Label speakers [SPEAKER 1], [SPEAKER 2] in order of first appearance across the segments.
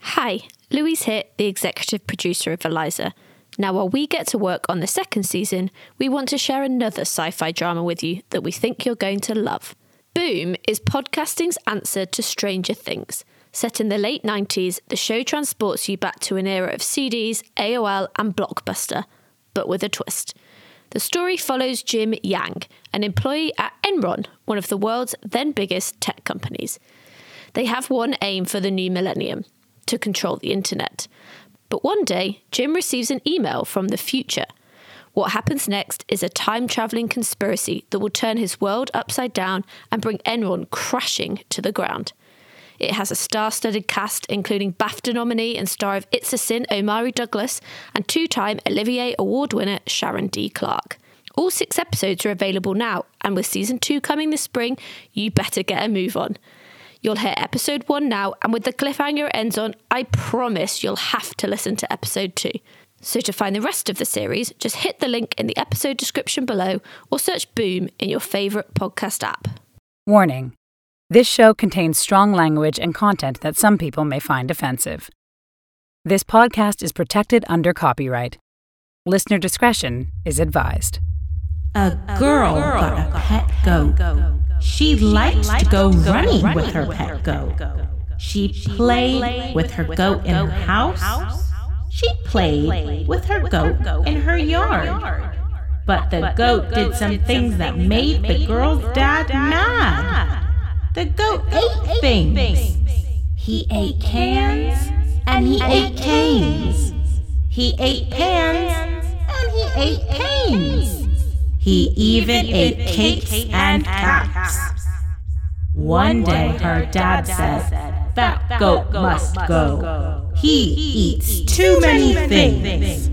[SPEAKER 1] Hi, Louise here, the executive producer of Eliza. Now, while we get to work on the second season, we want to share another sci fi drama with you that we think you're going to love. Boom is podcasting's answer to Stranger Things. Set in the late 90s, the show transports you back to an era of CDs, AOL, and Blockbuster, but with a twist. The story follows Jim Yang, an employee at Enron, one of the world's then biggest tech companies. They have one aim for the new millennium to control the internet. But one day, Jim receives an email from the future. What happens next is a time traveling conspiracy that will turn his world upside down and bring Enron crashing to the ground. It has a star studded cast, including BAFTA nominee and star of It's a Sin Omari Douglas and two time Olivier Award winner Sharon D. Clarke. All six episodes are available now, and with season two coming this spring, you better get a move on. You'll hear episode one now, and with the cliffhanger it ends on, I promise you'll have to listen to episode two. So, to find the rest of the series, just hit the link in the episode description below or search Boom in your favourite podcast app.
[SPEAKER 2] Warning This show contains strong language and content that some people may find offensive. This podcast is protected under copyright. Listener discretion is advised.
[SPEAKER 3] A girl got a pet goat. She likes to go running with her pet goat. She played with her goat in her house. She played with her goat in her yard. But the goat did some things that made the girl's dad mad. The goat ate things. He ate cans and he ate canes. He ate pans and he ate panes. He even ate cakes and caps. One day her dad said, That goat must go. He eats too many things.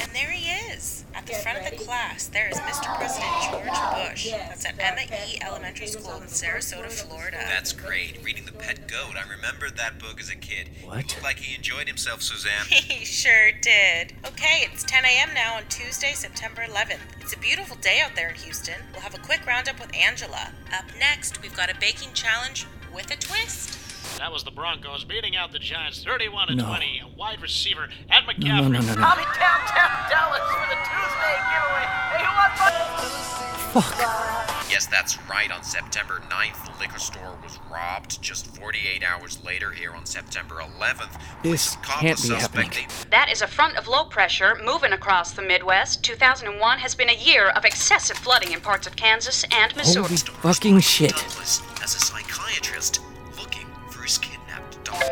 [SPEAKER 4] And there he is. At the front of the class, there is Mr. President George Bush. That's at Emma E. Elementary School in Sarasota, Florida.
[SPEAKER 5] That's great. Reading The Pet Goat. I remembered that book as a kid.
[SPEAKER 6] What?
[SPEAKER 5] It looked like he enjoyed himself, Suzanne.
[SPEAKER 4] He sure did. Okay, it's 10 a.m. now on Tuesday, September 11th. It's a beautiful day out there in Houston. We'll have a quick roundup with Angela. Up next, we've got a baking challenge with a twist.
[SPEAKER 7] That was the Broncos beating out the Giants 31 to
[SPEAKER 6] No.
[SPEAKER 7] 20. A wide receiver at McCaffrey.
[SPEAKER 6] No, no, no, no, no.
[SPEAKER 8] I'll be downtown Dallas for the Tuesday giveaway. Hey, who wants
[SPEAKER 6] Fuck.
[SPEAKER 5] Yes, that's right. On September 9th, the liquor store was robbed. Just 48 hours later, here on September 11th,
[SPEAKER 6] This
[SPEAKER 5] police caught
[SPEAKER 6] can't
[SPEAKER 5] the
[SPEAKER 6] be
[SPEAKER 5] suspect.
[SPEAKER 6] happening.
[SPEAKER 5] They-
[SPEAKER 9] That is a front of low pressure moving across the Midwest. 2001 has been a year of excessive flooding in parts of Kansas and Missouri.
[SPEAKER 6] Holy fucking shit.
[SPEAKER 5] Douglas, as a psychiatrist, looking for his kidnapped daughter.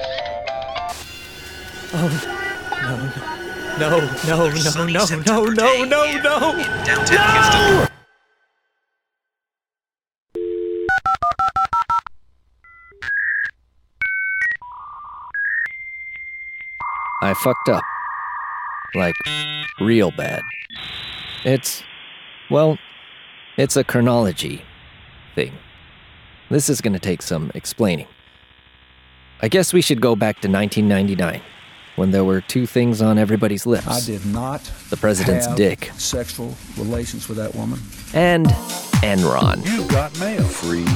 [SPEAKER 6] No, no, no,
[SPEAKER 5] Sunny
[SPEAKER 6] no, no,
[SPEAKER 5] September
[SPEAKER 6] no,
[SPEAKER 5] day
[SPEAKER 6] Oh, no,
[SPEAKER 5] here
[SPEAKER 6] no.
[SPEAKER 5] in downtown Houston.
[SPEAKER 10] I fucked up. Like, real bad. It's, well, it's a chronology thing. This is gonna take some explaining. I guess we should go back to 1999, when there were two things on everybody's lips
[SPEAKER 11] I did not.
[SPEAKER 10] The president's
[SPEAKER 11] have
[SPEAKER 10] dick.
[SPEAKER 11] Sexual relations with that woman.
[SPEAKER 10] and Enron.
[SPEAKER 11] You got mail. Free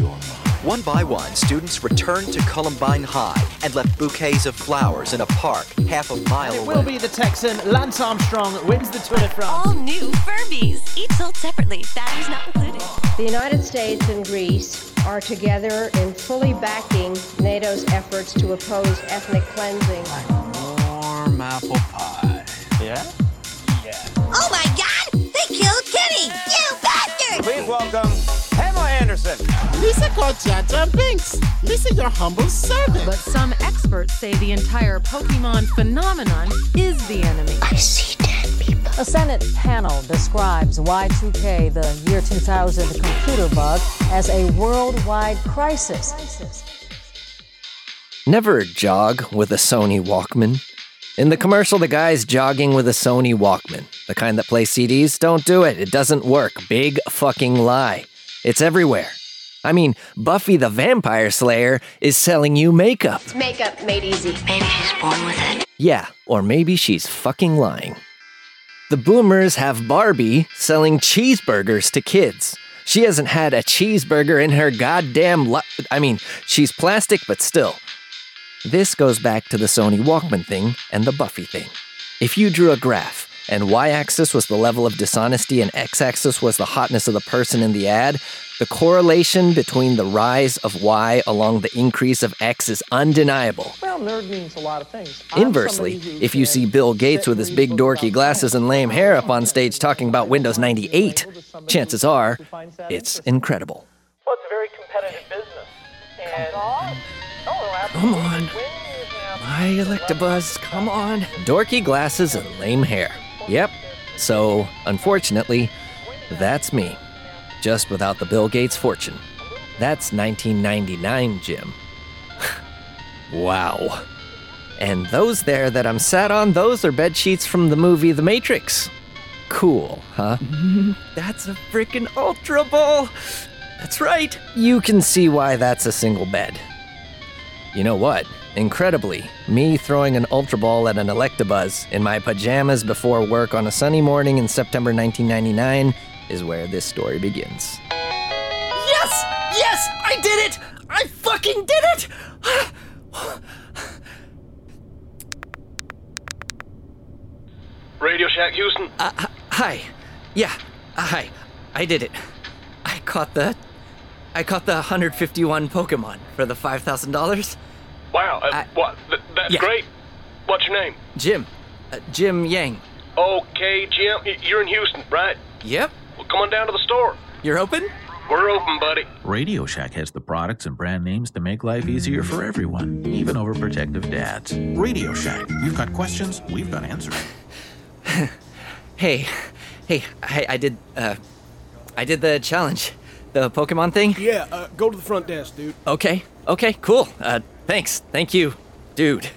[SPEAKER 11] your mind. One by one, students returned to Columbine High and left bouquets of flowers in a park half a mile
[SPEAKER 12] It
[SPEAKER 11] away.
[SPEAKER 12] will be the Texan Lance Armstrong that wins the Tour de France.
[SPEAKER 13] All new Furbies, each sold separately, batteries not included.
[SPEAKER 9] The United States and Greece are together in fully backing NATO's efforts to oppose ethnic cleansing.
[SPEAKER 14] Warm apple pie. Yeah?
[SPEAKER 8] Oh my god! They killed Kenny! You bastard!
[SPEAKER 14] Please welcome Pamela Anderson.
[SPEAKER 15] Lisa Corchata Binks. Lisa, your humble servant.
[SPEAKER 3] But some experts say the entire Pokemon phenomenon is the enemy. I see dead people.
[SPEAKER 16] A Senate panel describes Y2K, the year 2000 computer bug, as a worldwide crisis.
[SPEAKER 10] Never jog with a Sony Walkman. In the commercial, the guy's jogging with a Sony Walkman. The kind that plays CDs? Don't do it. It doesn't work. Big fucking lie. It's everywhere. I mean, Buffy the Vampire Slayer is selling you makeup.
[SPEAKER 9] It's makeup made easy.
[SPEAKER 8] Maybe she's born with it.
[SPEAKER 10] Yeah, or maybe she's fucking lying. The boomers have Barbie selling cheeseburgers to kids. She hasn't had a cheeseburger in her goddamn life. I mean, she's plastic, but still. This goes back to the Sony Walkman thing and the Buffy thing. If you drew a graph and y axis was the level of dishonesty and x axis was the hotness of the person in the ad, the correlation between the rise of y along the increase of x is undeniable.
[SPEAKER 12] Well, nerd means a lot of things. I'm
[SPEAKER 10] Inversely,
[SPEAKER 12] somebody who
[SPEAKER 10] if you
[SPEAKER 12] can-
[SPEAKER 10] see Bill Gates with his big dorky glasses and lame hair up on stage talking about Windows 98, chances are it's incredible.
[SPEAKER 12] Well, it's a very competitive business. And Oh,
[SPEAKER 10] Come on. My Electabuzz, come on. Dorky glasses and lame hair. Yep. So, unfortunately, that's me. Just without the Bill Gates fortune. That's 1999, Jim. wow. And those there that I'm sat on, those are bed sheets from the movie The Matrix. Cool, huh? that's a freaking Ultra Ball! That's right! You can see why that's a single bed. You know what? Incredibly, me throwing an Ultra Ball at an Electabuzz in my pajamas before work on a sunny morning in September 1999 is where this story begins.
[SPEAKER 17] Yes! Yes! I did it! I fucking did it!
[SPEAKER 10] Radio Shack Houston? Uh, h- hi. Yeah, uh, hi. I did it. I caught the. I caught the 151 Pokemon for the $5,000.
[SPEAKER 18] Wow, uh, what? Th- that's
[SPEAKER 10] yeah.
[SPEAKER 18] great. What's your name?
[SPEAKER 10] Jim. Uh, Jim Yang.
[SPEAKER 18] Okay, Jim, y- you're in Houston, right?
[SPEAKER 10] Yep.
[SPEAKER 18] Well, come on down to the store.
[SPEAKER 10] You're open?
[SPEAKER 18] We're open, buddy.
[SPEAKER 19] Radio Shack has the products and brand names to make life easier for everyone, even overprotective dads. Radio Shack. You've got questions, we've got answers.
[SPEAKER 10] Hey, hey, I, I did. Uh, I did the challenge. The Pokemon thing?
[SPEAKER 7] Yeah, uh, go to the front desk, dude.
[SPEAKER 10] Okay, okay, cool. Uh, thanks. Thank you, dude.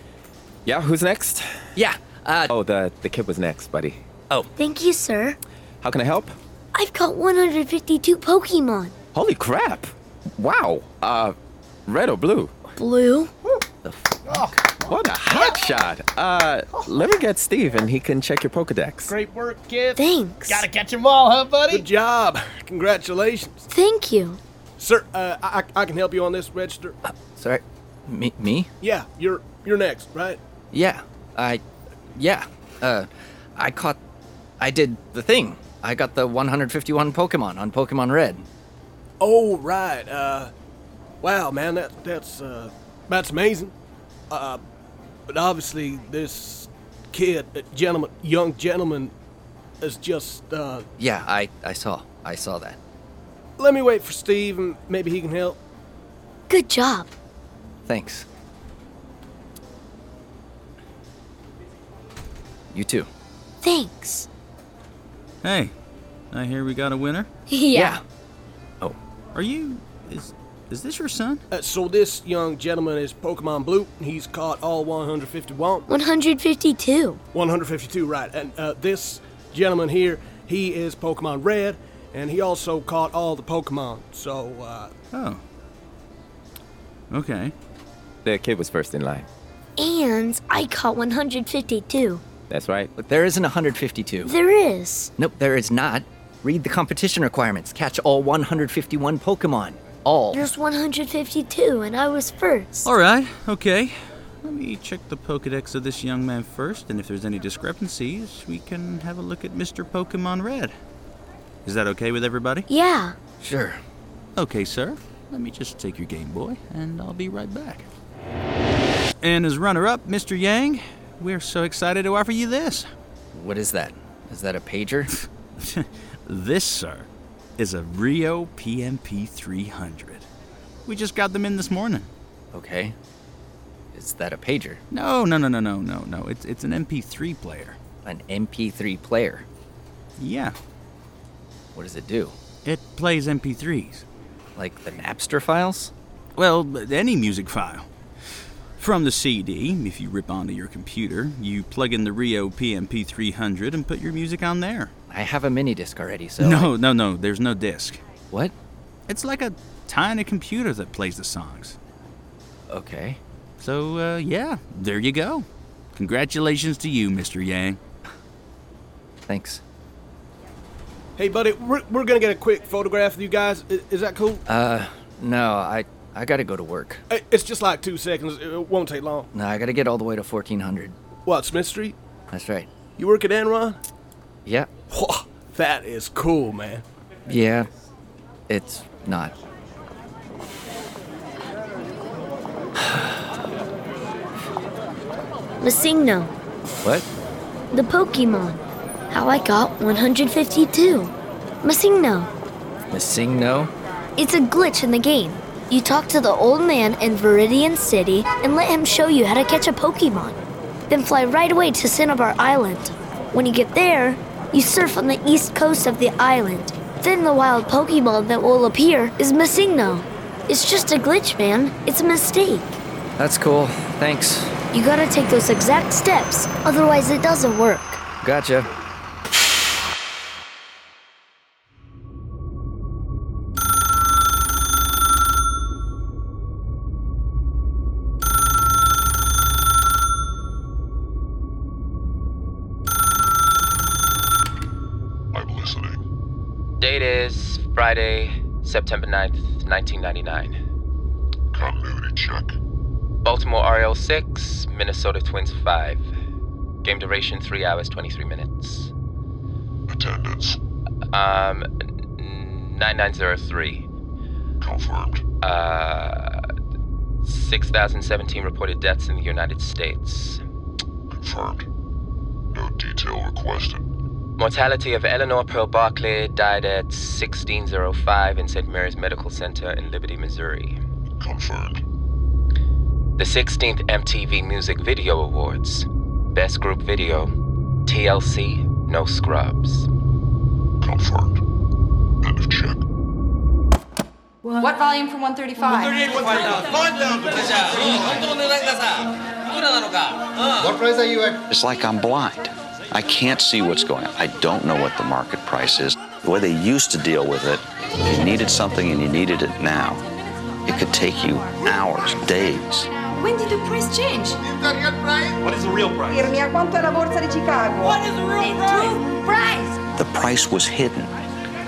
[SPEAKER 6] Yeah, who's next?
[SPEAKER 10] Yeah. Uh,
[SPEAKER 6] oh, the the kid was next, buddy.
[SPEAKER 10] Oh,
[SPEAKER 6] thank you, sir. How can I help?
[SPEAKER 8] I've caught 152 Pokemon.
[SPEAKER 6] Holy crap! Wow. Uh, red or blue?
[SPEAKER 8] Blue.
[SPEAKER 6] What a hot shot! Uh, let me get Steve, and he can check your Pokedex.
[SPEAKER 12] Great work, Gift.
[SPEAKER 8] Thanks.
[SPEAKER 12] Gotta catch them all, huh, buddy?
[SPEAKER 7] Good job. Congratulations.
[SPEAKER 8] Thank you.
[SPEAKER 7] Sir, uh, I, I I can help you on this register.
[SPEAKER 10] Sorry, me? me?
[SPEAKER 7] Yeah, you're you're next, right?
[SPEAKER 10] Yeah, I, yeah, uh, I caught, I did the thing. I got the 151 Pokemon on Pokemon Red.
[SPEAKER 7] Oh, right. Uh, wow, man, that that's uh, that's amazing. Uh, but obviously this kid, uh, gentleman, young gentleman, is just. Uh,
[SPEAKER 10] Yeah, I, I saw, I saw that.
[SPEAKER 7] let me wait for Steve, and maybe he can help.
[SPEAKER 8] Good job.
[SPEAKER 10] Thanks. You too.
[SPEAKER 8] Thanks.
[SPEAKER 20] Hey, I hear we got a winner.
[SPEAKER 8] Yeah.
[SPEAKER 10] Oh.
[SPEAKER 20] Are you? Is is this your son?
[SPEAKER 7] Uh, so this young gentleman is Pokemon Blue. and He's caught all 151.
[SPEAKER 8] 152.
[SPEAKER 7] 152, right. And uh, this gentleman here, he is Pokemon Red, and he also caught all the Pokemon. So, uh,
[SPEAKER 6] Oh.
[SPEAKER 20] Okay.
[SPEAKER 6] The kid was first in line.
[SPEAKER 8] And I caught 152.
[SPEAKER 6] That's right.
[SPEAKER 10] But there isn't 152.
[SPEAKER 8] There is.
[SPEAKER 10] Nope, there is not. Read the competition requirements. Catch all 151 Pokemon. all.
[SPEAKER 8] There's 152, and I was first.
[SPEAKER 20] All right, okay. Let me check the Pokedex of this young man first, and if there's any discrepancies, we can have a look at Mr. Pokemon Red. Is that okay with everybody?
[SPEAKER 8] Yeah.
[SPEAKER 20] Sure. Okay, sir. Let me just take your Game Boy, and I'll be right back. And as runner up, Mr. Yang, we're so excited to offer you this.
[SPEAKER 10] What is that? Is that a pager?
[SPEAKER 20] this, sir, is a Rio PMP 300. We just got them in this morning.
[SPEAKER 10] Okay. Is that a pager?
[SPEAKER 20] No, no, no, no, no, no, no. It's, it's an MP3 player.
[SPEAKER 10] An MP3 player?
[SPEAKER 20] Yeah.
[SPEAKER 10] What does it do?
[SPEAKER 20] It plays MP3s.
[SPEAKER 10] Like the Napster files?
[SPEAKER 20] Well, any music file. From the CD, if you rip onto your computer, you plug in the Rio PMP 300 and put your music on there.
[SPEAKER 10] I have a mini disc already, so.
[SPEAKER 20] no, no, no, there's no disc.
[SPEAKER 10] What?
[SPEAKER 20] It's like a tiny computer that plays the songs.
[SPEAKER 10] Okay.
[SPEAKER 20] So, uh, yeah, there you go. Congratulations to you, Mr. Yang.
[SPEAKER 10] Thanks.
[SPEAKER 7] Hey, buddy, we're, we're gonna get a quick photograph of you guys. I- Is, that cool?
[SPEAKER 10] Uh, no, I I gotta go to work.
[SPEAKER 7] Uh, It's just like two seconds. It won't take long.
[SPEAKER 10] No, I gotta get all the way to 1400.
[SPEAKER 7] What, Smith Street?
[SPEAKER 10] That's right.
[SPEAKER 7] You work at Enron?
[SPEAKER 10] Yeah,
[SPEAKER 7] Whoa, that is cool, man.
[SPEAKER 10] yeah. It's not.
[SPEAKER 8] Masigno,
[SPEAKER 10] What?
[SPEAKER 8] the Pokemon. How I got 152. Masigno,
[SPEAKER 10] Missing no?
[SPEAKER 8] it's a glitch in the game. You talk to the old man in Viridian City and let him show you how to catch a Pokemon. Then fly right away to Cinnabar Island. When you get there, you surf on the east coast of the island. Then the wild Pokemon that will appear is Masigno. It's just a glitch, man. It's a mistake.
[SPEAKER 10] That's cool. Thanks.
[SPEAKER 8] You gotta take those exact steps, otherwise, it doesn't work.
[SPEAKER 10] Gotcha.
[SPEAKER 6] Date is Friday, September 9th, 1999. Continuity check. Baltimore RL 6, Minnesota Twins 5. Game duration 3 hours 23 minutes. Attendance. Um, n- 9903. Confirmed. Uh, 6,017 reported deaths in the United States. Confirmed. No detail requested. Mortality of Eleanor Pearl Barclay died at 1605 in St. Mary's Medical Center in Liberty, Missouri. Confirmed. The 16th MTV Music Video Awards. Best Group Video. TLC, No Scrubs. Confirmed. End of check.
[SPEAKER 14] What volume for 135?
[SPEAKER 11] 138
[SPEAKER 14] What price are you at?
[SPEAKER 11] It's like I'm blind. I can't see what's going on. I don't know what the market price is. The way they used to deal with it, you needed something and you needed it now. It could take you hours, days.
[SPEAKER 14] When did the price change? What is the real price? Dirmi a quanto è la borsa di Chicago? What is the real price? price?
[SPEAKER 11] The price was hidden,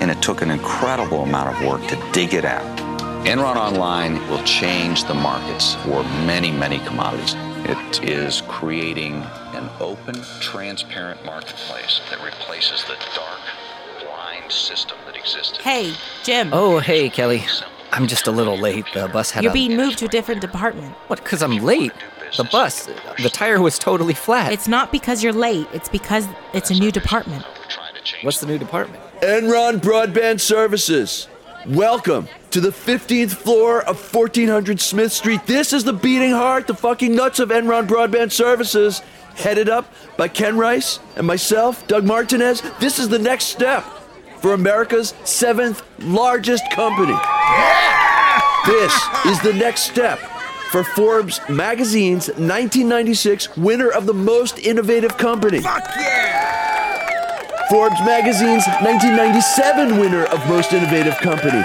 [SPEAKER 11] and it took an incredible amount of work to dig it out. Enron Online will change the markets for many, many commodities. It is creating an open, transparent marketplace that replaces the dark, blind system that existed.
[SPEAKER 3] Hey, Jim.
[SPEAKER 10] Oh, hey, Kelly. I'm just a little late. The bus had
[SPEAKER 3] You're
[SPEAKER 10] a.
[SPEAKER 3] being moved to a different department.
[SPEAKER 10] What? Because I'm late. The bus. The tire was totally flat.
[SPEAKER 3] It's not because you're late, it's because it's a new department.
[SPEAKER 10] What's the new department?
[SPEAKER 19] Enron Broadband Services. Welcome to the 15th floor of 1400 Smith Street. This is the beating heart, the fucking nuts of Enron Broadband Services, headed up by Ken Rice and myself, Doug Martinez. This is the next step for America's seventh largest company. This is the next step for Forbes magazine's 1996 winner of the most innovative company. Forbes magazine's 1997 winner of most innovative company.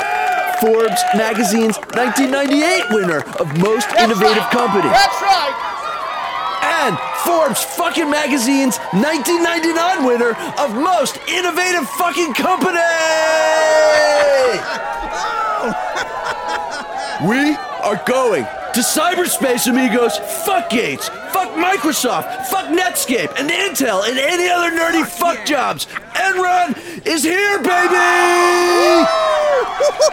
[SPEAKER 19] Forbes magazine's 1998 winner of most innovative company.
[SPEAKER 14] That's right!
[SPEAKER 19] And Forbes fucking magazine's 1999 winner of most innovative fucking company. We are going to cyberspace, amigos. Fuck Gates. Fuck Microsoft. Fuck Netscape and Intel and any other nerdy fuck jobs. Enron is here, baby.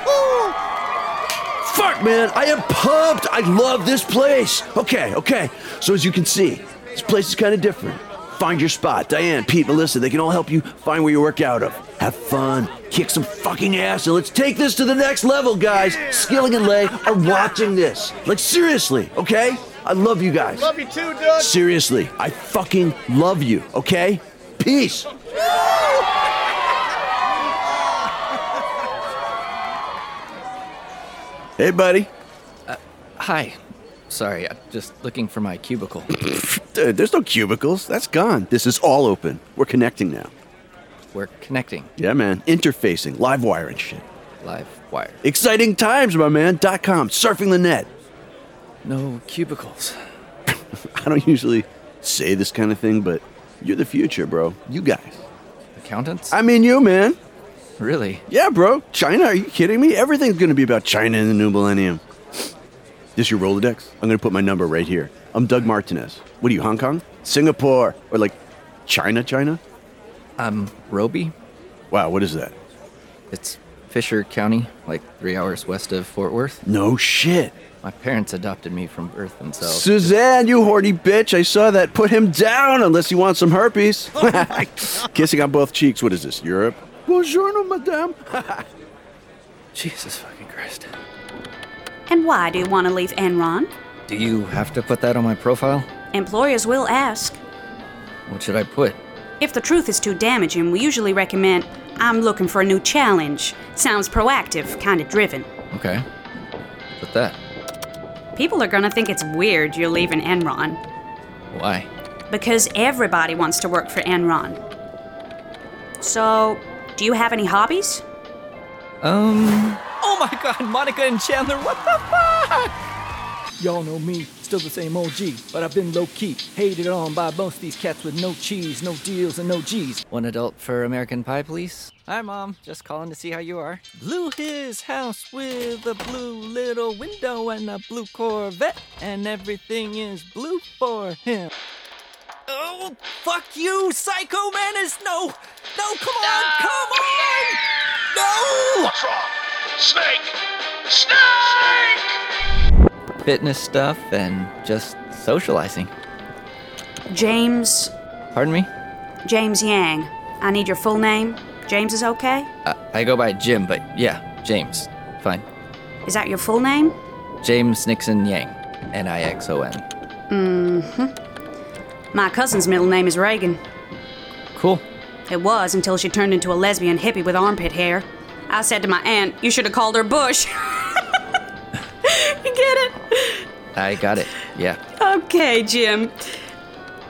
[SPEAKER 19] Fuck, man. I am pumped. I love this place. Okay, okay. So as you can see, this place is kind of different. Find your spot. Diane, Pete, Melissa, they can all help you find where you work out of. Have fun, kick some fucking ass, and let's take this to the next level, guys. Skilling and Lay are watching this. Like, seriously, okay? I love you guys.
[SPEAKER 21] Love you too, Doug.
[SPEAKER 19] Seriously, I fucking love you, okay? Peace. Hey, buddy.
[SPEAKER 10] Uh, Hi. Sorry, I'm just looking for my cubicle.
[SPEAKER 19] Dude, there's no cubicles. That's gone. This is all open. We're connecting now.
[SPEAKER 10] We're connecting.
[SPEAKER 19] Yeah, man. Interfacing, live wire and shit.
[SPEAKER 10] Live wire.
[SPEAKER 19] Exciting times, my man. Dot com, surfing the net.
[SPEAKER 10] No cubicles.
[SPEAKER 19] I don't usually say this kind of thing, but you're the future, bro. You guys.
[SPEAKER 10] Accountants?
[SPEAKER 19] I mean, you, man.
[SPEAKER 10] Really?
[SPEAKER 19] Yeah, bro. China, are you kidding me? Everything's going to be about China in the new millennium. This your Rolodex? I'm going to put my number right here. I'm Doug Martinez. What are you, Hong Kong? Singapore? Or like China, China?
[SPEAKER 10] Um, Roby?
[SPEAKER 19] Wow, what is that?
[SPEAKER 10] It's Fisher County, like three hours west of Fort Worth.
[SPEAKER 19] No shit.
[SPEAKER 10] My parents adopted me from birth themselves.
[SPEAKER 19] Suzanne, you horny bitch. I saw that. Put him down unless you want some herpes.
[SPEAKER 10] Oh
[SPEAKER 19] Kissing on both cheeks. What is this, Europe? Bonjour, madame.
[SPEAKER 10] Jesus fucking Christ.
[SPEAKER 9] And why do you want to leave Enron?
[SPEAKER 10] Do you have to put that on my profile?
[SPEAKER 9] Employers will ask.
[SPEAKER 10] What should I put?
[SPEAKER 9] If the truth is too damaging, we usually recommend I'm looking for a new challenge. Sounds proactive, kind of driven.
[SPEAKER 10] Okay. Put that.
[SPEAKER 9] People are going to think it's weird you're leaving Enron
[SPEAKER 10] Why?
[SPEAKER 9] because everybody wants to work for Enron. So, do you have any hobbies?
[SPEAKER 10] Um.
[SPEAKER 17] Oh my god, Monica and Chandler, what the fuck? Y'all know me, still the same OG, but I've been low key, hated on by most of these cats with no cheese, no deals, and no G's.
[SPEAKER 10] One adult for American Pie, please?
[SPEAKER 17] Hi, Mom. Just calling to see how you are. Blew his house with a blue little window and a blue Corvette, and everything is blue for him. Oh, fuck you, Psycho Menace! No! No, come on! Come on! No!
[SPEAKER 22] What's wrong? Snake! Snake!
[SPEAKER 10] Fitness stuff and just socializing.
[SPEAKER 9] James.
[SPEAKER 10] Pardon me?
[SPEAKER 9] James Yang. I need your full name. James is okay?
[SPEAKER 10] I, I go by Jim, but yeah, James. Fine.
[SPEAKER 9] Is that your full name?
[SPEAKER 10] James Nixon Yang. N I X O N.
[SPEAKER 9] Mm hmm. Mm-hmm. My cousin's middle name is Reagan.
[SPEAKER 10] Cool.
[SPEAKER 9] It was until she turned into a lesbian hippie with armpit hair. I said to my aunt, You should have called her Bush. you get it?
[SPEAKER 10] I got it. Yeah.
[SPEAKER 9] Okay, Jim.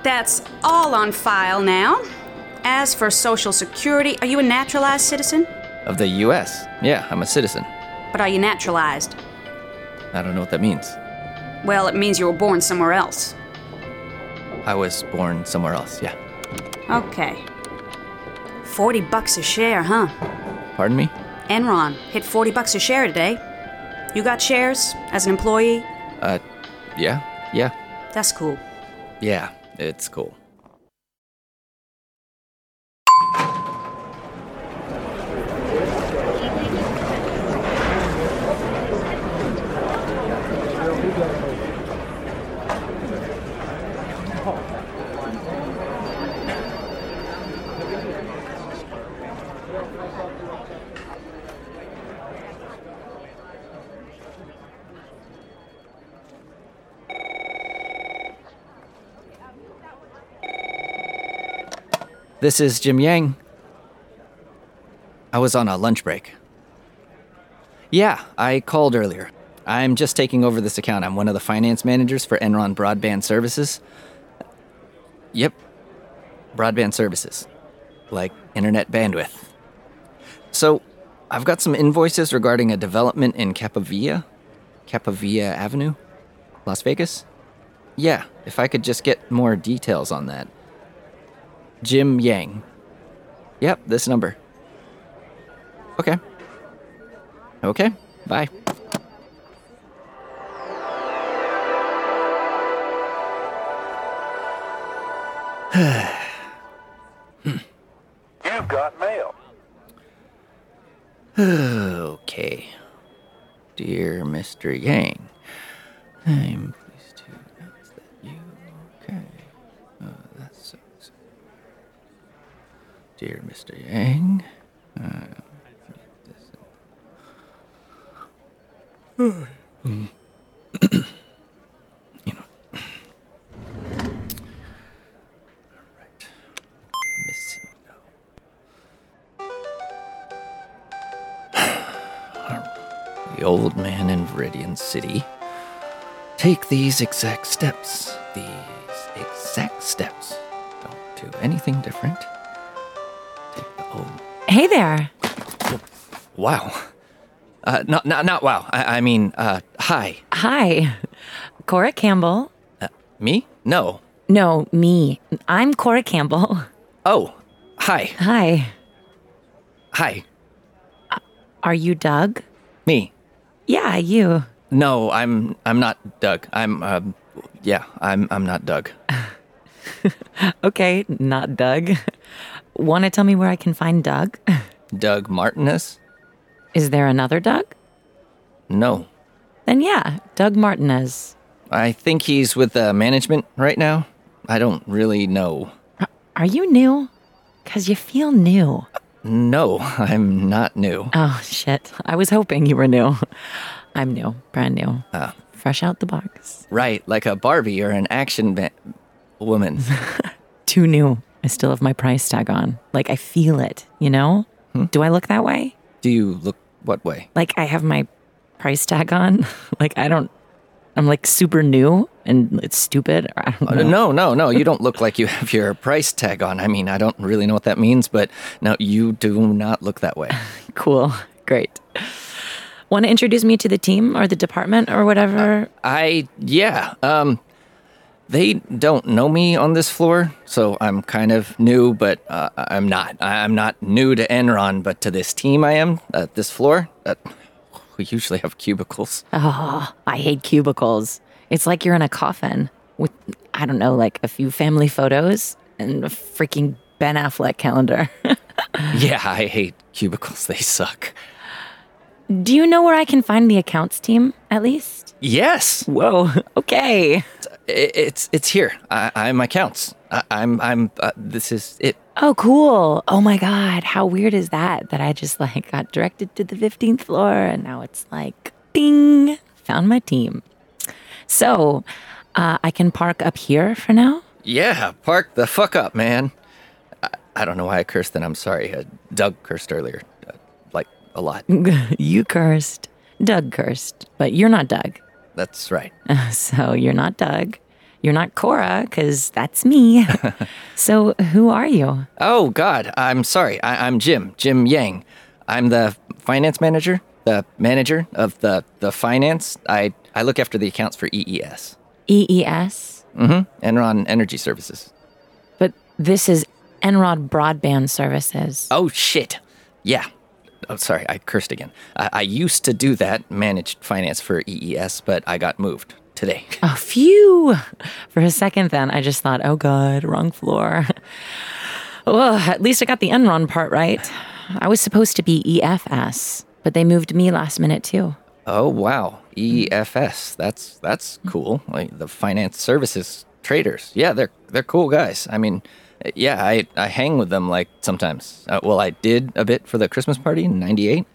[SPEAKER 9] That's all on file now. As for Social Security, are you a naturalized citizen?
[SPEAKER 10] Of the US. Yeah, I'm a citizen.
[SPEAKER 9] But are you naturalized?
[SPEAKER 10] I don't know what that means.
[SPEAKER 9] Well, it means you were born somewhere else.
[SPEAKER 10] I was born somewhere else, yeah.
[SPEAKER 9] Okay. 40 bucks a share, huh?
[SPEAKER 10] Pardon me?
[SPEAKER 9] Enron hit 40 bucks a share today. You got shares as an employee?
[SPEAKER 10] Uh, yeah? Yeah.
[SPEAKER 9] That's cool.
[SPEAKER 10] Yeah, it's cool. This is Jim Yang. I was on a lunch break. Yeah, I called earlier. I'm just taking over this account. I'm one of the finance managers for Enron Broadband Services. Yep. Broadband Services. Like internet bandwidth. So, I've got some invoices regarding a development in Capavia, Capavia Avenue, Las Vegas. Yeah, if I could just get more details on that. Jim Yang. Yep, this number. Okay. Okay, bye.
[SPEAKER 23] You've got mail.
[SPEAKER 10] okay. Dear Mr. Yang, I'm Uh, Dear Mr. Yang, uh,
[SPEAKER 22] Hey.
[SPEAKER 10] mm, missing. the old man in Viridian City. Take these exact steps, these exact steps. Don't do anything different. Take the old.
[SPEAKER 4] Hey there.
[SPEAKER 10] Wow. Uh, not, not, not wow. I, I mean, uh, hi.
[SPEAKER 4] Hi. Cora Campbell.
[SPEAKER 10] Uh, Me? No.
[SPEAKER 4] No, me. I'm Cora Campbell.
[SPEAKER 10] Oh, hi.
[SPEAKER 4] Hi. Uh,
[SPEAKER 10] Hi.
[SPEAKER 4] Are you Doug?
[SPEAKER 10] Me.
[SPEAKER 4] Yeah, you.
[SPEAKER 10] No, I'm, I'm not Doug. I'm, uh, yeah, I'm, I'm not Doug.
[SPEAKER 4] Okay, not Doug. Want to tell me where I can find Doug?
[SPEAKER 10] Doug Martinez?
[SPEAKER 4] Is there another Doug?
[SPEAKER 10] No.
[SPEAKER 4] Then yeah, Doug Martinez.
[SPEAKER 10] I think he's with uh, management right now. I don't really know.
[SPEAKER 4] Are you new? Cause you feel new.
[SPEAKER 10] No, I'm not new.
[SPEAKER 4] Oh shit. I was hoping you were new. I'm new, brand new.
[SPEAKER 10] Ah.
[SPEAKER 4] Fresh out the box.
[SPEAKER 10] Right, like a Barbie or an action ba- woman.
[SPEAKER 4] Too new. I still have my price tag on. Like I feel it, you know? Do I look that way?
[SPEAKER 10] Do you look what way?
[SPEAKER 4] Like I have my price tag on. like I don't I'm like super new and it's stupid. Or I don't
[SPEAKER 10] Uh,
[SPEAKER 4] know.
[SPEAKER 10] no, no, no. You don't look like you have your price tag on. I mean, I don't really know what that means, but no, you do not look that way.
[SPEAKER 4] Cool. Great. Want to introduce me to the team or the department or whatever?
[SPEAKER 10] I yeah. Um, they don't know me on this floor, so I'm kind of new, but uh, I'm not. I- I'm not new to Enron, but to this team, I am. At this floor, uh, we usually have cubicles.
[SPEAKER 4] oh, I hate cubicles. It's like you're in a coffin with I don't know, like a few family photos and a freaking Ben Affleck calendar.
[SPEAKER 10] yeah, I hate cubicles. They suck.
[SPEAKER 4] Do you know where I can find the accounts team at least?
[SPEAKER 10] Yes.
[SPEAKER 4] Whoa. Okay.
[SPEAKER 10] It's it's here. I, I'm accounts. I, I'm I'm. Uh, this is it.
[SPEAKER 4] Oh, cool. Oh my God. How weird is that? That I just like got directed to the 15th floor and now it's like, ding, found my team. So uh, I can park up here for now.
[SPEAKER 10] Yeah, park the fuck up, man. I, I don't know why I cursed, and I'm sorry. Uh, Doug cursed earlier, uh, like a lot.
[SPEAKER 4] you cursed. Doug cursed, but you're not Doug.
[SPEAKER 10] That's right.
[SPEAKER 4] So you're not Doug. You're not Cora, because that's me. so who are you?
[SPEAKER 10] Oh God, I'm sorry. I, I'm Jim. Jim Yang. I'm the finance manager. The manager of the the finance. I I look after the accounts for EES.
[SPEAKER 4] E EES?
[SPEAKER 10] Mm-hmm. Enron Energy Services.
[SPEAKER 4] But this is Enrod Broadband Services.
[SPEAKER 10] Oh shit. Yeah. Oh, sorry, I cursed again. I, I used to do that, managed finance for EES, but I got moved today.
[SPEAKER 4] Oh, phew. For a second, then I just thought, oh, God, wrong floor. well, at least I got the Enron part right. I was supposed to be EFS, but they moved me last minute, too.
[SPEAKER 10] Oh wow, EFS. That's that's cool. Like the finance services traders. Yeah, they're they're cool guys. I mean, yeah, I I hang with them like sometimes. Uh, well, I did a bit for the Christmas party in '98.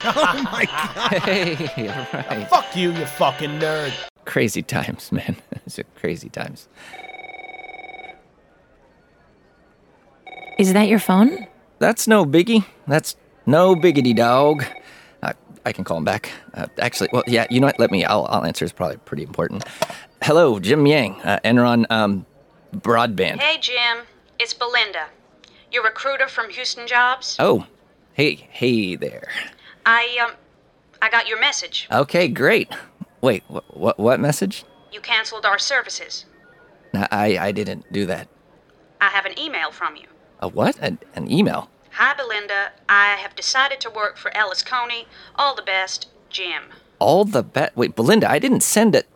[SPEAKER 22] Oh my god.
[SPEAKER 10] Hey, right.
[SPEAKER 22] Fuck you, you fucking nerd.
[SPEAKER 10] Crazy times, man. Those are crazy times.
[SPEAKER 4] Is that your phone?
[SPEAKER 10] That's no biggie. That's no biggity dog. I, I can call him back. Uh, actually, well, yeah, you know what? Let me. I'll, I'll answer. It's probably pretty important. Hello, Jim Yang, uh, Enron um, Broadband.
[SPEAKER 8] Hey, Jim. It's Belinda, your recruiter from Houston Jobs.
[SPEAKER 10] Oh, hey, hey there.
[SPEAKER 8] I um, I got your message.
[SPEAKER 10] Okay, great. Wait, what? What, what message?
[SPEAKER 8] You canceled our services.
[SPEAKER 10] No, I I didn't do that.
[SPEAKER 8] I have an email from you.
[SPEAKER 10] A what? An, an email?
[SPEAKER 8] Hi, Belinda. I have decided to work for Ellis Coney. All the best, Jim.
[SPEAKER 10] All the bet. Wait, Belinda, I didn't send it.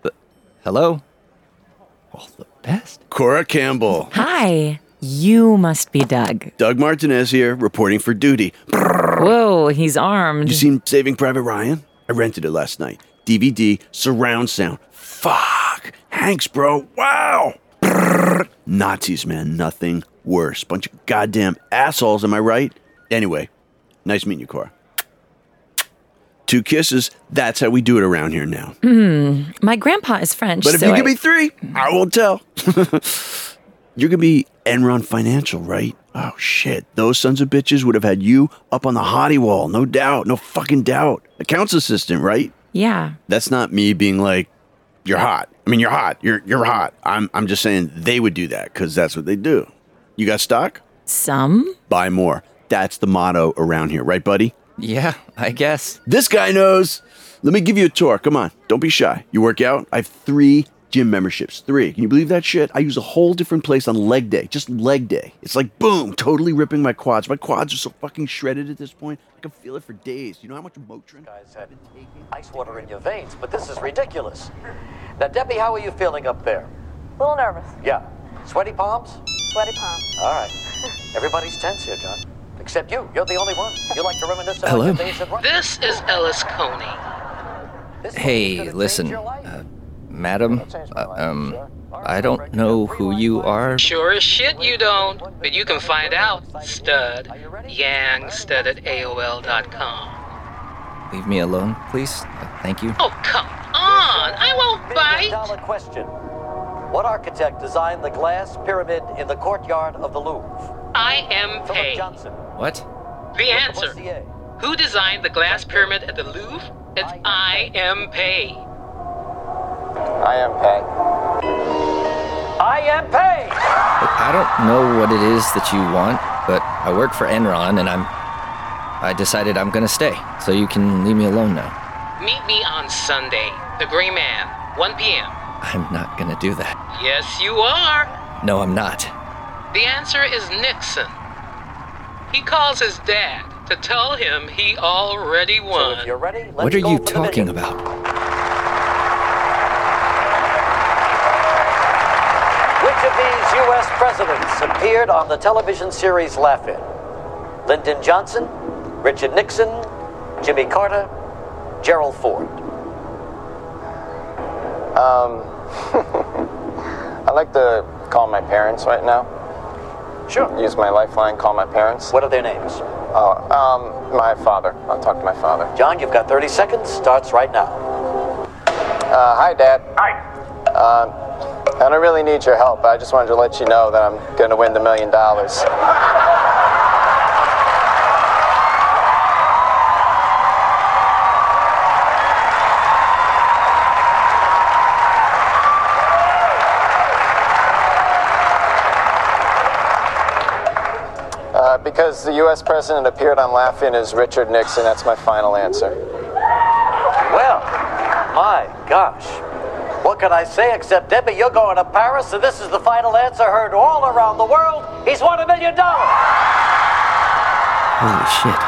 [SPEAKER 10] But, hello. All the
[SPEAKER 4] best.
[SPEAKER 19] Cora Campbell.
[SPEAKER 4] Hi, you must be Doug.
[SPEAKER 19] Doug Martinez here, reporting for duty.
[SPEAKER 4] Whoa, he's armed.
[SPEAKER 19] You seen Saving Private Ryan? I rented it last night. DVD, surround sound. Fuck. Hanks, bro. Wow. Nazis, man. Nothing worse. Bunch of goddamn assholes, am I right? Anyway, nice meeting you, Cora. Two kisses. That's how we do it around here now.
[SPEAKER 4] Hmm. My grandpa is French.
[SPEAKER 19] But if
[SPEAKER 4] so
[SPEAKER 19] you
[SPEAKER 4] I-
[SPEAKER 19] give me three, I won't tell. You're gonna be Enron Financial, right? Oh shit! Those sons of bitches would have had you up on the hottie wall, no doubt, no fucking doubt. Accounts assistant, right?
[SPEAKER 4] Yeah.
[SPEAKER 19] That's not me being like, you're hot. I mean, you're hot. You're you're hot. I'm I'm just saying they would do that because that's what they do. You got stock?
[SPEAKER 4] Some.
[SPEAKER 19] Buy more. That's the motto around here, right, buddy?
[SPEAKER 10] Yeah, I guess.
[SPEAKER 19] This guy knows. Let me give you a tour. Come on. Don't be shy. You work out? I have three gym memberships. Three. Can you believe that shit? I use a whole different place on leg day. Just leg day. It's like boom, totally ripping my quads. My quads are so fucking shredded at this point. I can feel it for days. You know how much Motrin?
[SPEAKER 24] Guys have been taking ice water in your veins, but this is ridiculous. Now, Debbie, how are you feeling up there?
[SPEAKER 25] A little nervous.
[SPEAKER 24] Yeah. Sweaty palms?
[SPEAKER 25] Sweaty palm.
[SPEAKER 24] All right. Everybody's tense here, John. Except you. You're the only one. You like to reminisce about
[SPEAKER 10] Hello.
[SPEAKER 24] your days at Russia.
[SPEAKER 26] This is Ellis Coney.
[SPEAKER 10] Hey, listen, uh, madam. Uh, um, I don't know who you are.
[SPEAKER 26] Sure as shit you don't, but you can find out, stud. Yang stud at AOL.com.
[SPEAKER 10] Leave me alone, please. Uh, Thank you.
[SPEAKER 24] Oh, come
[SPEAKER 26] On! I won't bite!
[SPEAKER 24] Dollar question. What architect designed the glass pyramid in the courtyard of the Louvre?
[SPEAKER 26] I am paid.
[SPEAKER 10] What?
[SPEAKER 26] The answer. Who designed the glass pyramid at the Louvre? It's I am Pei.
[SPEAKER 24] I am Pei. I am Pei!
[SPEAKER 10] I don't know what it is that you want, but I work for Enron and I'm. I decided I'm gonna stay, so you can leave me alone now.
[SPEAKER 26] Meet me on Sunday, the Green Man, 1 p.m.
[SPEAKER 10] I'm not gonna do that.
[SPEAKER 26] Yes, you are.
[SPEAKER 10] No, I'm not.
[SPEAKER 26] The answer is Nixon. He calls his dad to tell him he already won.
[SPEAKER 24] If you're ready,
[SPEAKER 10] What are you talking about?
[SPEAKER 24] Which of these U.S. presidents appeared on the television series Laugh In? Lyndon Johnson, Richard Nixon, Jimmy Carter, Gerald Ford.
[SPEAKER 27] Um, I like to call my parents right now. Sure. Use my lifeline, call my parents. What
[SPEAKER 24] are their names?
[SPEAKER 27] Oh, um, my father. I'll talk to my father.
[SPEAKER 24] John, you've got 30 seconds. Starts right now.
[SPEAKER 27] Uh, hi, Dad. Hi. Um, I don't really need your help. I just wanted to let you know that I'm going to win the million dollars. Uh, because the U.S. president appeared on Laughing as Richard Nixon. That's my final answer.
[SPEAKER 24] Well, my gosh. What can I say except, Debbie, you're going to Paris, and this is the final answer heard all around the world. He's won a million dollars.
[SPEAKER 10] Holy shit.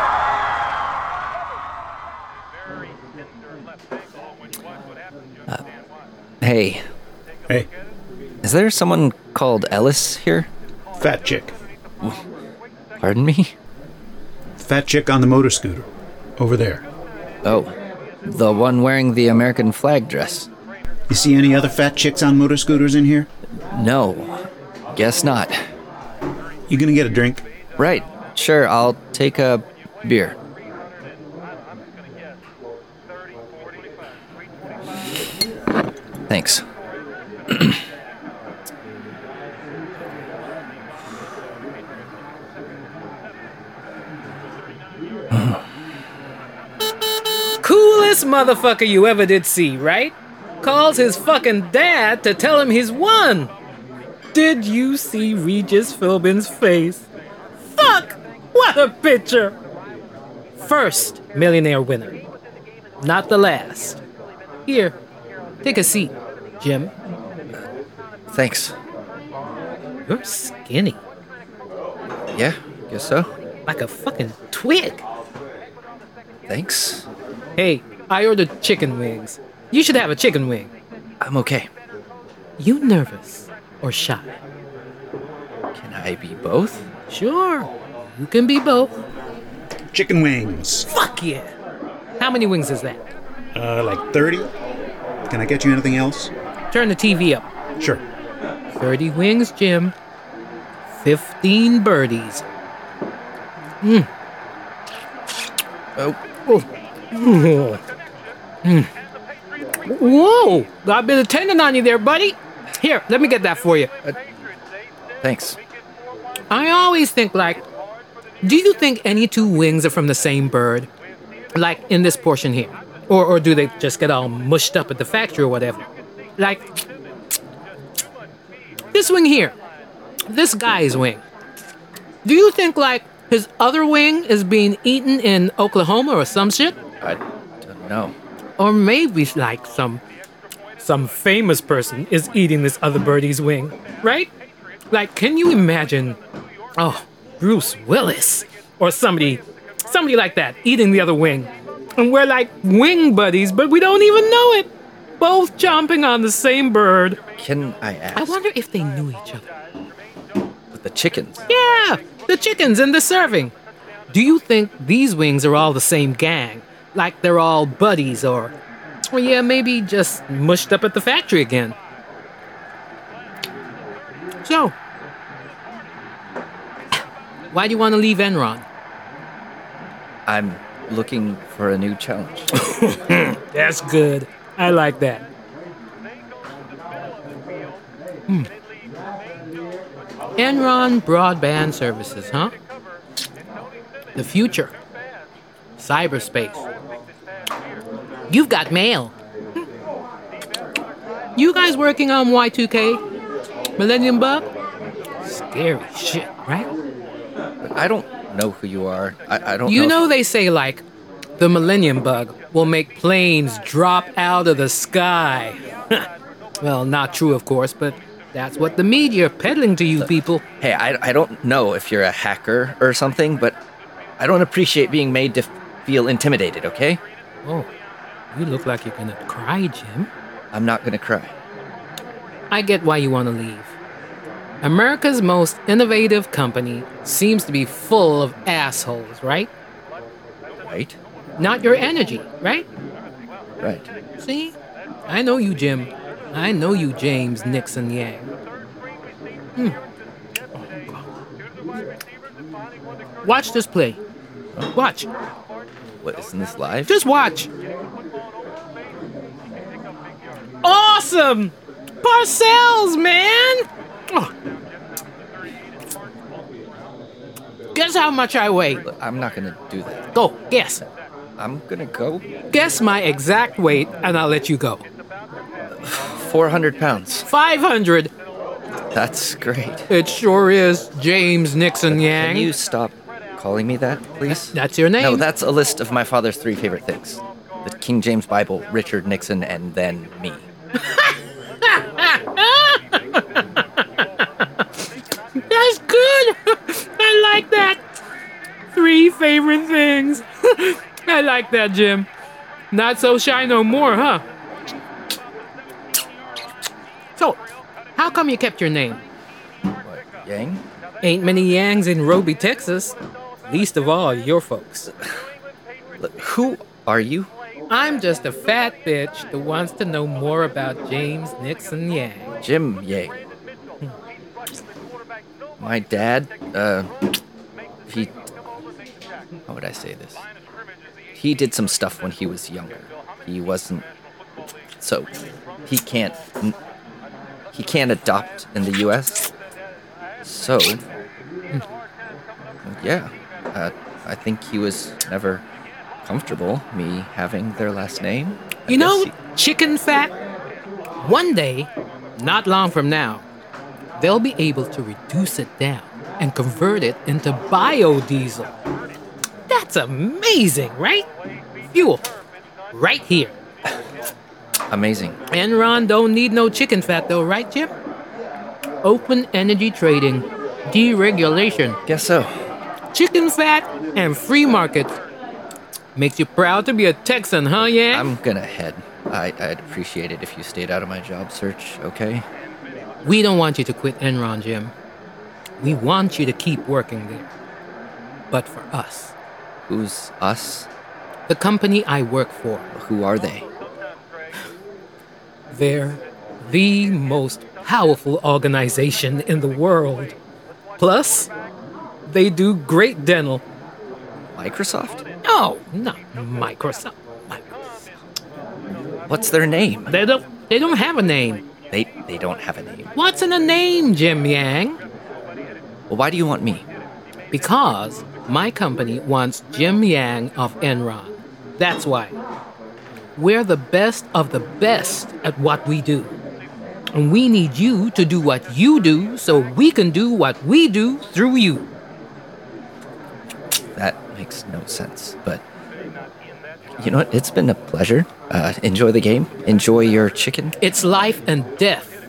[SPEAKER 10] Uh, hey. Hey. Is there someone called Ellis here?
[SPEAKER 16] Fat chick.
[SPEAKER 10] Pardon me?
[SPEAKER 16] Fat chick on the motor scooter. Over there.
[SPEAKER 10] Oh, the one wearing the American flag dress.
[SPEAKER 16] You see any other fat chicks on motor scooters in here?
[SPEAKER 10] No, guess not.
[SPEAKER 16] You gonna get a drink?
[SPEAKER 10] Right, sure, I'll take a beer. Thanks.
[SPEAKER 12] Coolest motherfucker you ever did see, right? Calls his fucking dad to tell him he's won. Did you see Regis Philbin's face? Fuck! What a picture! First millionaire winner. Not the last. Here, take a seat, Jim.
[SPEAKER 10] Thanks.
[SPEAKER 12] You're skinny.
[SPEAKER 10] Yeah, guess so.
[SPEAKER 12] Like a fucking twig.
[SPEAKER 10] Thanks.
[SPEAKER 12] Hey, I ordered chicken wings. You should have a chicken wing.
[SPEAKER 10] I'm okay.
[SPEAKER 12] You nervous? or shy?
[SPEAKER 10] Can I be both?
[SPEAKER 12] Sure, you can be both.
[SPEAKER 16] Chicken wings.
[SPEAKER 12] Fuck yeah! How many wings is that?
[SPEAKER 16] Uh, like 30? Can I get you anything else?
[SPEAKER 12] Turn the TV up.
[SPEAKER 16] Sure.
[SPEAKER 12] 30 wings, Jim. 15 birdies. Mm. Oh. oh. Mm. Whoa! Got a bit of tendon on you there, buddy. Here, let me get that for you.
[SPEAKER 10] Thanks.
[SPEAKER 12] I always think, like, do you think any two wings are from the same bird? Like in this portion here? Or, or do they just get all mushed up at the factory or whatever? Like, this wing here, this guy's wing. Do you think, like, his other wing is being eaten in Oklahoma or some shit?
[SPEAKER 10] I don't know.
[SPEAKER 12] Or maybe like some some famous person is eating this other birdie's wing, right? Like can you imagine oh, Bruce Willis or somebody somebody like that eating the other wing. And we're like wing buddies, but we don't even know it. Both chomping on the same bird.
[SPEAKER 10] Can I ask?
[SPEAKER 12] I wonder if they knew each other.
[SPEAKER 10] With the chickens.
[SPEAKER 12] Yeah, the chickens and the serving. Do you think these wings are all the same gang? Like they're all buddies or, or yeah, maybe just mushed up at the factory again? So, why do you want to leave Enron?
[SPEAKER 10] I'm looking for a new challenge.
[SPEAKER 12] That's good. I like that. Hmm. Enron Broadband Services, huh? The future. Cyberspace. You've got mail. You guys working on Y2K? Millennium Bug? Scary shit, right?
[SPEAKER 10] But I don't know who you are. I, I don't
[SPEAKER 12] You
[SPEAKER 10] know.
[SPEAKER 12] know, they say, like, the Millennium Bug will make planes drop out of the sky. well, not true, of course, but that's what the media are peddling to you people.
[SPEAKER 10] Hey, I, I don't know if you're a hacker or something, but I don't appreciate being made to f- feel intimidated, okay?
[SPEAKER 12] Oh, you look like you're gonna cry, Jim.
[SPEAKER 10] I'm not gonna cry.
[SPEAKER 12] I get why you want to leave. America's most innovative company seems to be full of assholes, right?
[SPEAKER 10] Right?
[SPEAKER 12] Not your energy, right?
[SPEAKER 10] Right.
[SPEAKER 12] See? I know you, Jim. I know you, James Nixon Yang. Hmm. Watch this play. Watch.
[SPEAKER 10] What, isn't this live?
[SPEAKER 12] Just watch. Awesome! Parcells, man! Oh. Guess how much I weigh?
[SPEAKER 10] I'm not gonna do that.
[SPEAKER 12] Go, guess.
[SPEAKER 10] I'm gonna go
[SPEAKER 12] Guess my exact weight and I'll let you go.
[SPEAKER 10] 400 pounds.
[SPEAKER 12] 500.
[SPEAKER 10] That's great.
[SPEAKER 12] It sure is, James Nixon Yang.
[SPEAKER 10] Can you stop calling me that, please?
[SPEAKER 12] That's your name.
[SPEAKER 10] No, that's a list of my father's three favorite things the King James Bible, Richard Nixon, and then me.
[SPEAKER 12] That's good. I like that. Three favorite things. I like that, Jim. Not so shy no more, huh? So, how come you kept your name?
[SPEAKER 10] Yang?
[SPEAKER 12] Ain't many Yangs in Roby, Texas. Least of all your folks.
[SPEAKER 10] Look, who are you?
[SPEAKER 12] I'm just a fat bitch that wants to know more about James Nixon Yang.
[SPEAKER 10] Jim Yang. My dad, uh, he. How would I say this? He did some stuff when he was younger. He wasn't. So, he can't. He can't adopt in the U.S. So, hmm, yeah, uh, I think he was never comfortable me having their last name.
[SPEAKER 12] You know, chicken fat? One day, not long from now, they'll be able to reduce it down and convert it into biodiesel. That's amazing, right? Fuel. Right here.
[SPEAKER 10] Amazing.
[SPEAKER 12] Enron don't need no chicken fat though, right, Jim? Open energy trading, deregulation.
[SPEAKER 10] Guess so.
[SPEAKER 12] Chicken fat and free markets. Makes you proud to be a Texan, huh, yeah?
[SPEAKER 10] I'm gonna head. I, I'd appreciate it if you stayed out of my job search, okay?
[SPEAKER 12] We don't want you to quit Enron, Jim. We want you to keep working there. But for us.
[SPEAKER 25] Who's us?
[SPEAKER 12] The company I work for.
[SPEAKER 25] Who are they?
[SPEAKER 12] They're the most powerful organization in the world. Plus, they do great dental.
[SPEAKER 25] Microsoft?
[SPEAKER 12] No, not Microsoft.
[SPEAKER 25] What's their name?
[SPEAKER 12] They don't. They don't have a name.
[SPEAKER 25] They they don't have a name.
[SPEAKER 12] What's in a name, Jim Yang?
[SPEAKER 25] Well, why do you want me?
[SPEAKER 12] Because my company wants Jim Yang of Enron. That's why. We're the best of the best at what we do. And we need you to do what you do so we can do what we do through you.
[SPEAKER 25] That makes no sense. But you know what? It's been a pleasure. Uh, enjoy the game. Enjoy your chicken.
[SPEAKER 12] It's life and death.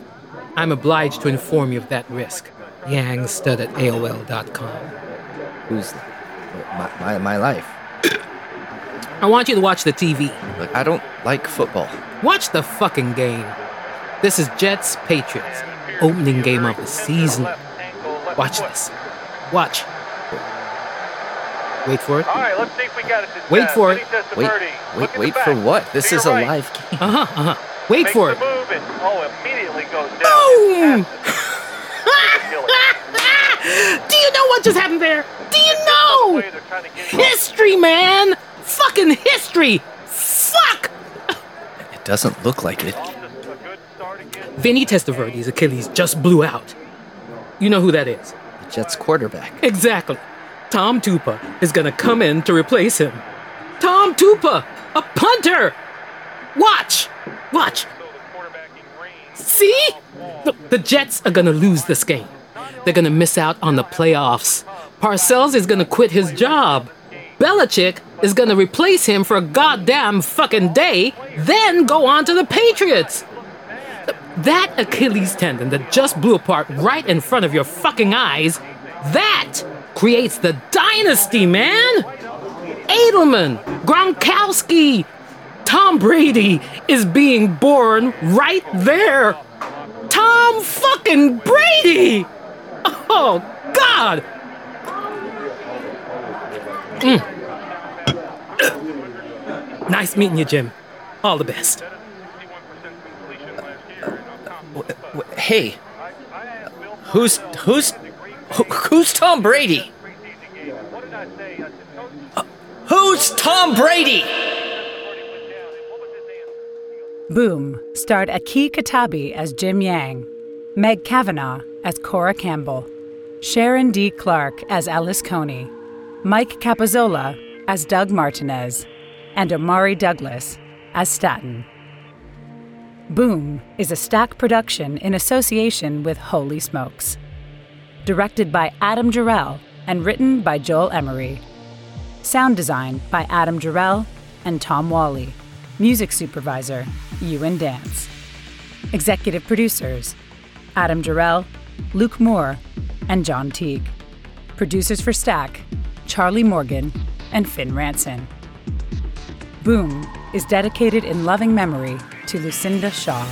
[SPEAKER 12] I'm obliged to inform you of that risk. Yangstud at AOL.com.
[SPEAKER 25] Who's my my, my life?
[SPEAKER 12] I want you to watch the TV.
[SPEAKER 25] Look, I don't like football.
[SPEAKER 12] Watch the fucking game. This is Jets Patriots, opening game of the season. Watch this. Watch. Wait for it.
[SPEAKER 28] All right, let's see if we got it. this
[SPEAKER 12] Wait
[SPEAKER 28] time.
[SPEAKER 12] for it.
[SPEAKER 28] Vinny says to
[SPEAKER 25] Wait,
[SPEAKER 28] birdie. Look at
[SPEAKER 25] wait, wait
[SPEAKER 28] the
[SPEAKER 25] for
[SPEAKER 28] back.
[SPEAKER 25] what? This
[SPEAKER 28] To
[SPEAKER 25] is a
[SPEAKER 28] your right.
[SPEAKER 25] live game.
[SPEAKER 12] Uh huh. Uh huh. Wait
[SPEAKER 28] Makes
[SPEAKER 12] for
[SPEAKER 28] the
[SPEAKER 12] it.
[SPEAKER 28] Move and, oh, immediately goes down.
[SPEAKER 12] Boom!
[SPEAKER 28] Do
[SPEAKER 12] you know what just happened there? Do you know? History, man! Fucking history! Fuck!
[SPEAKER 25] It doesn't look like it.
[SPEAKER 12] Vinny Testaverde's Achilles just blew out. You know who that is.
[SPEAKER 25] The Jets quarterback.
[SPEAKER 12] Exactly. Tom Tupa is gonna come in to replace him. Tom Tupa, a punter! Watch! Watch! See? The, the Jets are gonna lose this game. They're gonna miss out on the playoffs. Parcells is gonna quit his job. Belichick is gonna replace him for a goddamn fucking day, then go on to the Patriots. That Achilles tendon that just blew apart right in front of your fucking eyes, that creates the dynasty, man! Edelman, Gronkowski, Tom Brady is being born right there! Tom fucking Brady! Oh, God! Mm. nice meeting you, Jim. All the best.
[SPEAKER 25] W- Hey, who's who's who- who's Tom Brady? Uh, Who's Tom Brady?
[SPEAKER 2] Boom starred Aki Katabi as Jim Yang, Meg Kavanaugh as Cora Campbell, Sharon D. Clark as Alice Coney, Mike Capozola as Doug Martinez, and Amari Douglas as Staten. Boom is a stack production in association with Holy Smokes. Directed by Adam Jarrell and written by Joel Emery. Sound design by Adam Jarrell and Tom Wally. Music supervisor, Ewan Dance. Executive producers, Adam Jarrell, Luke Moore, and John Teague. Producers for Stack, Charlie Morgan and Finn Ranson. Boom is dedicated in loving memory to Lucinda Shaw.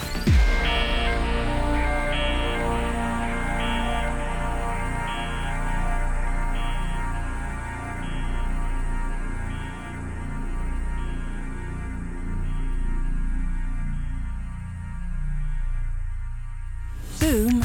[SPEAKER 29] Boom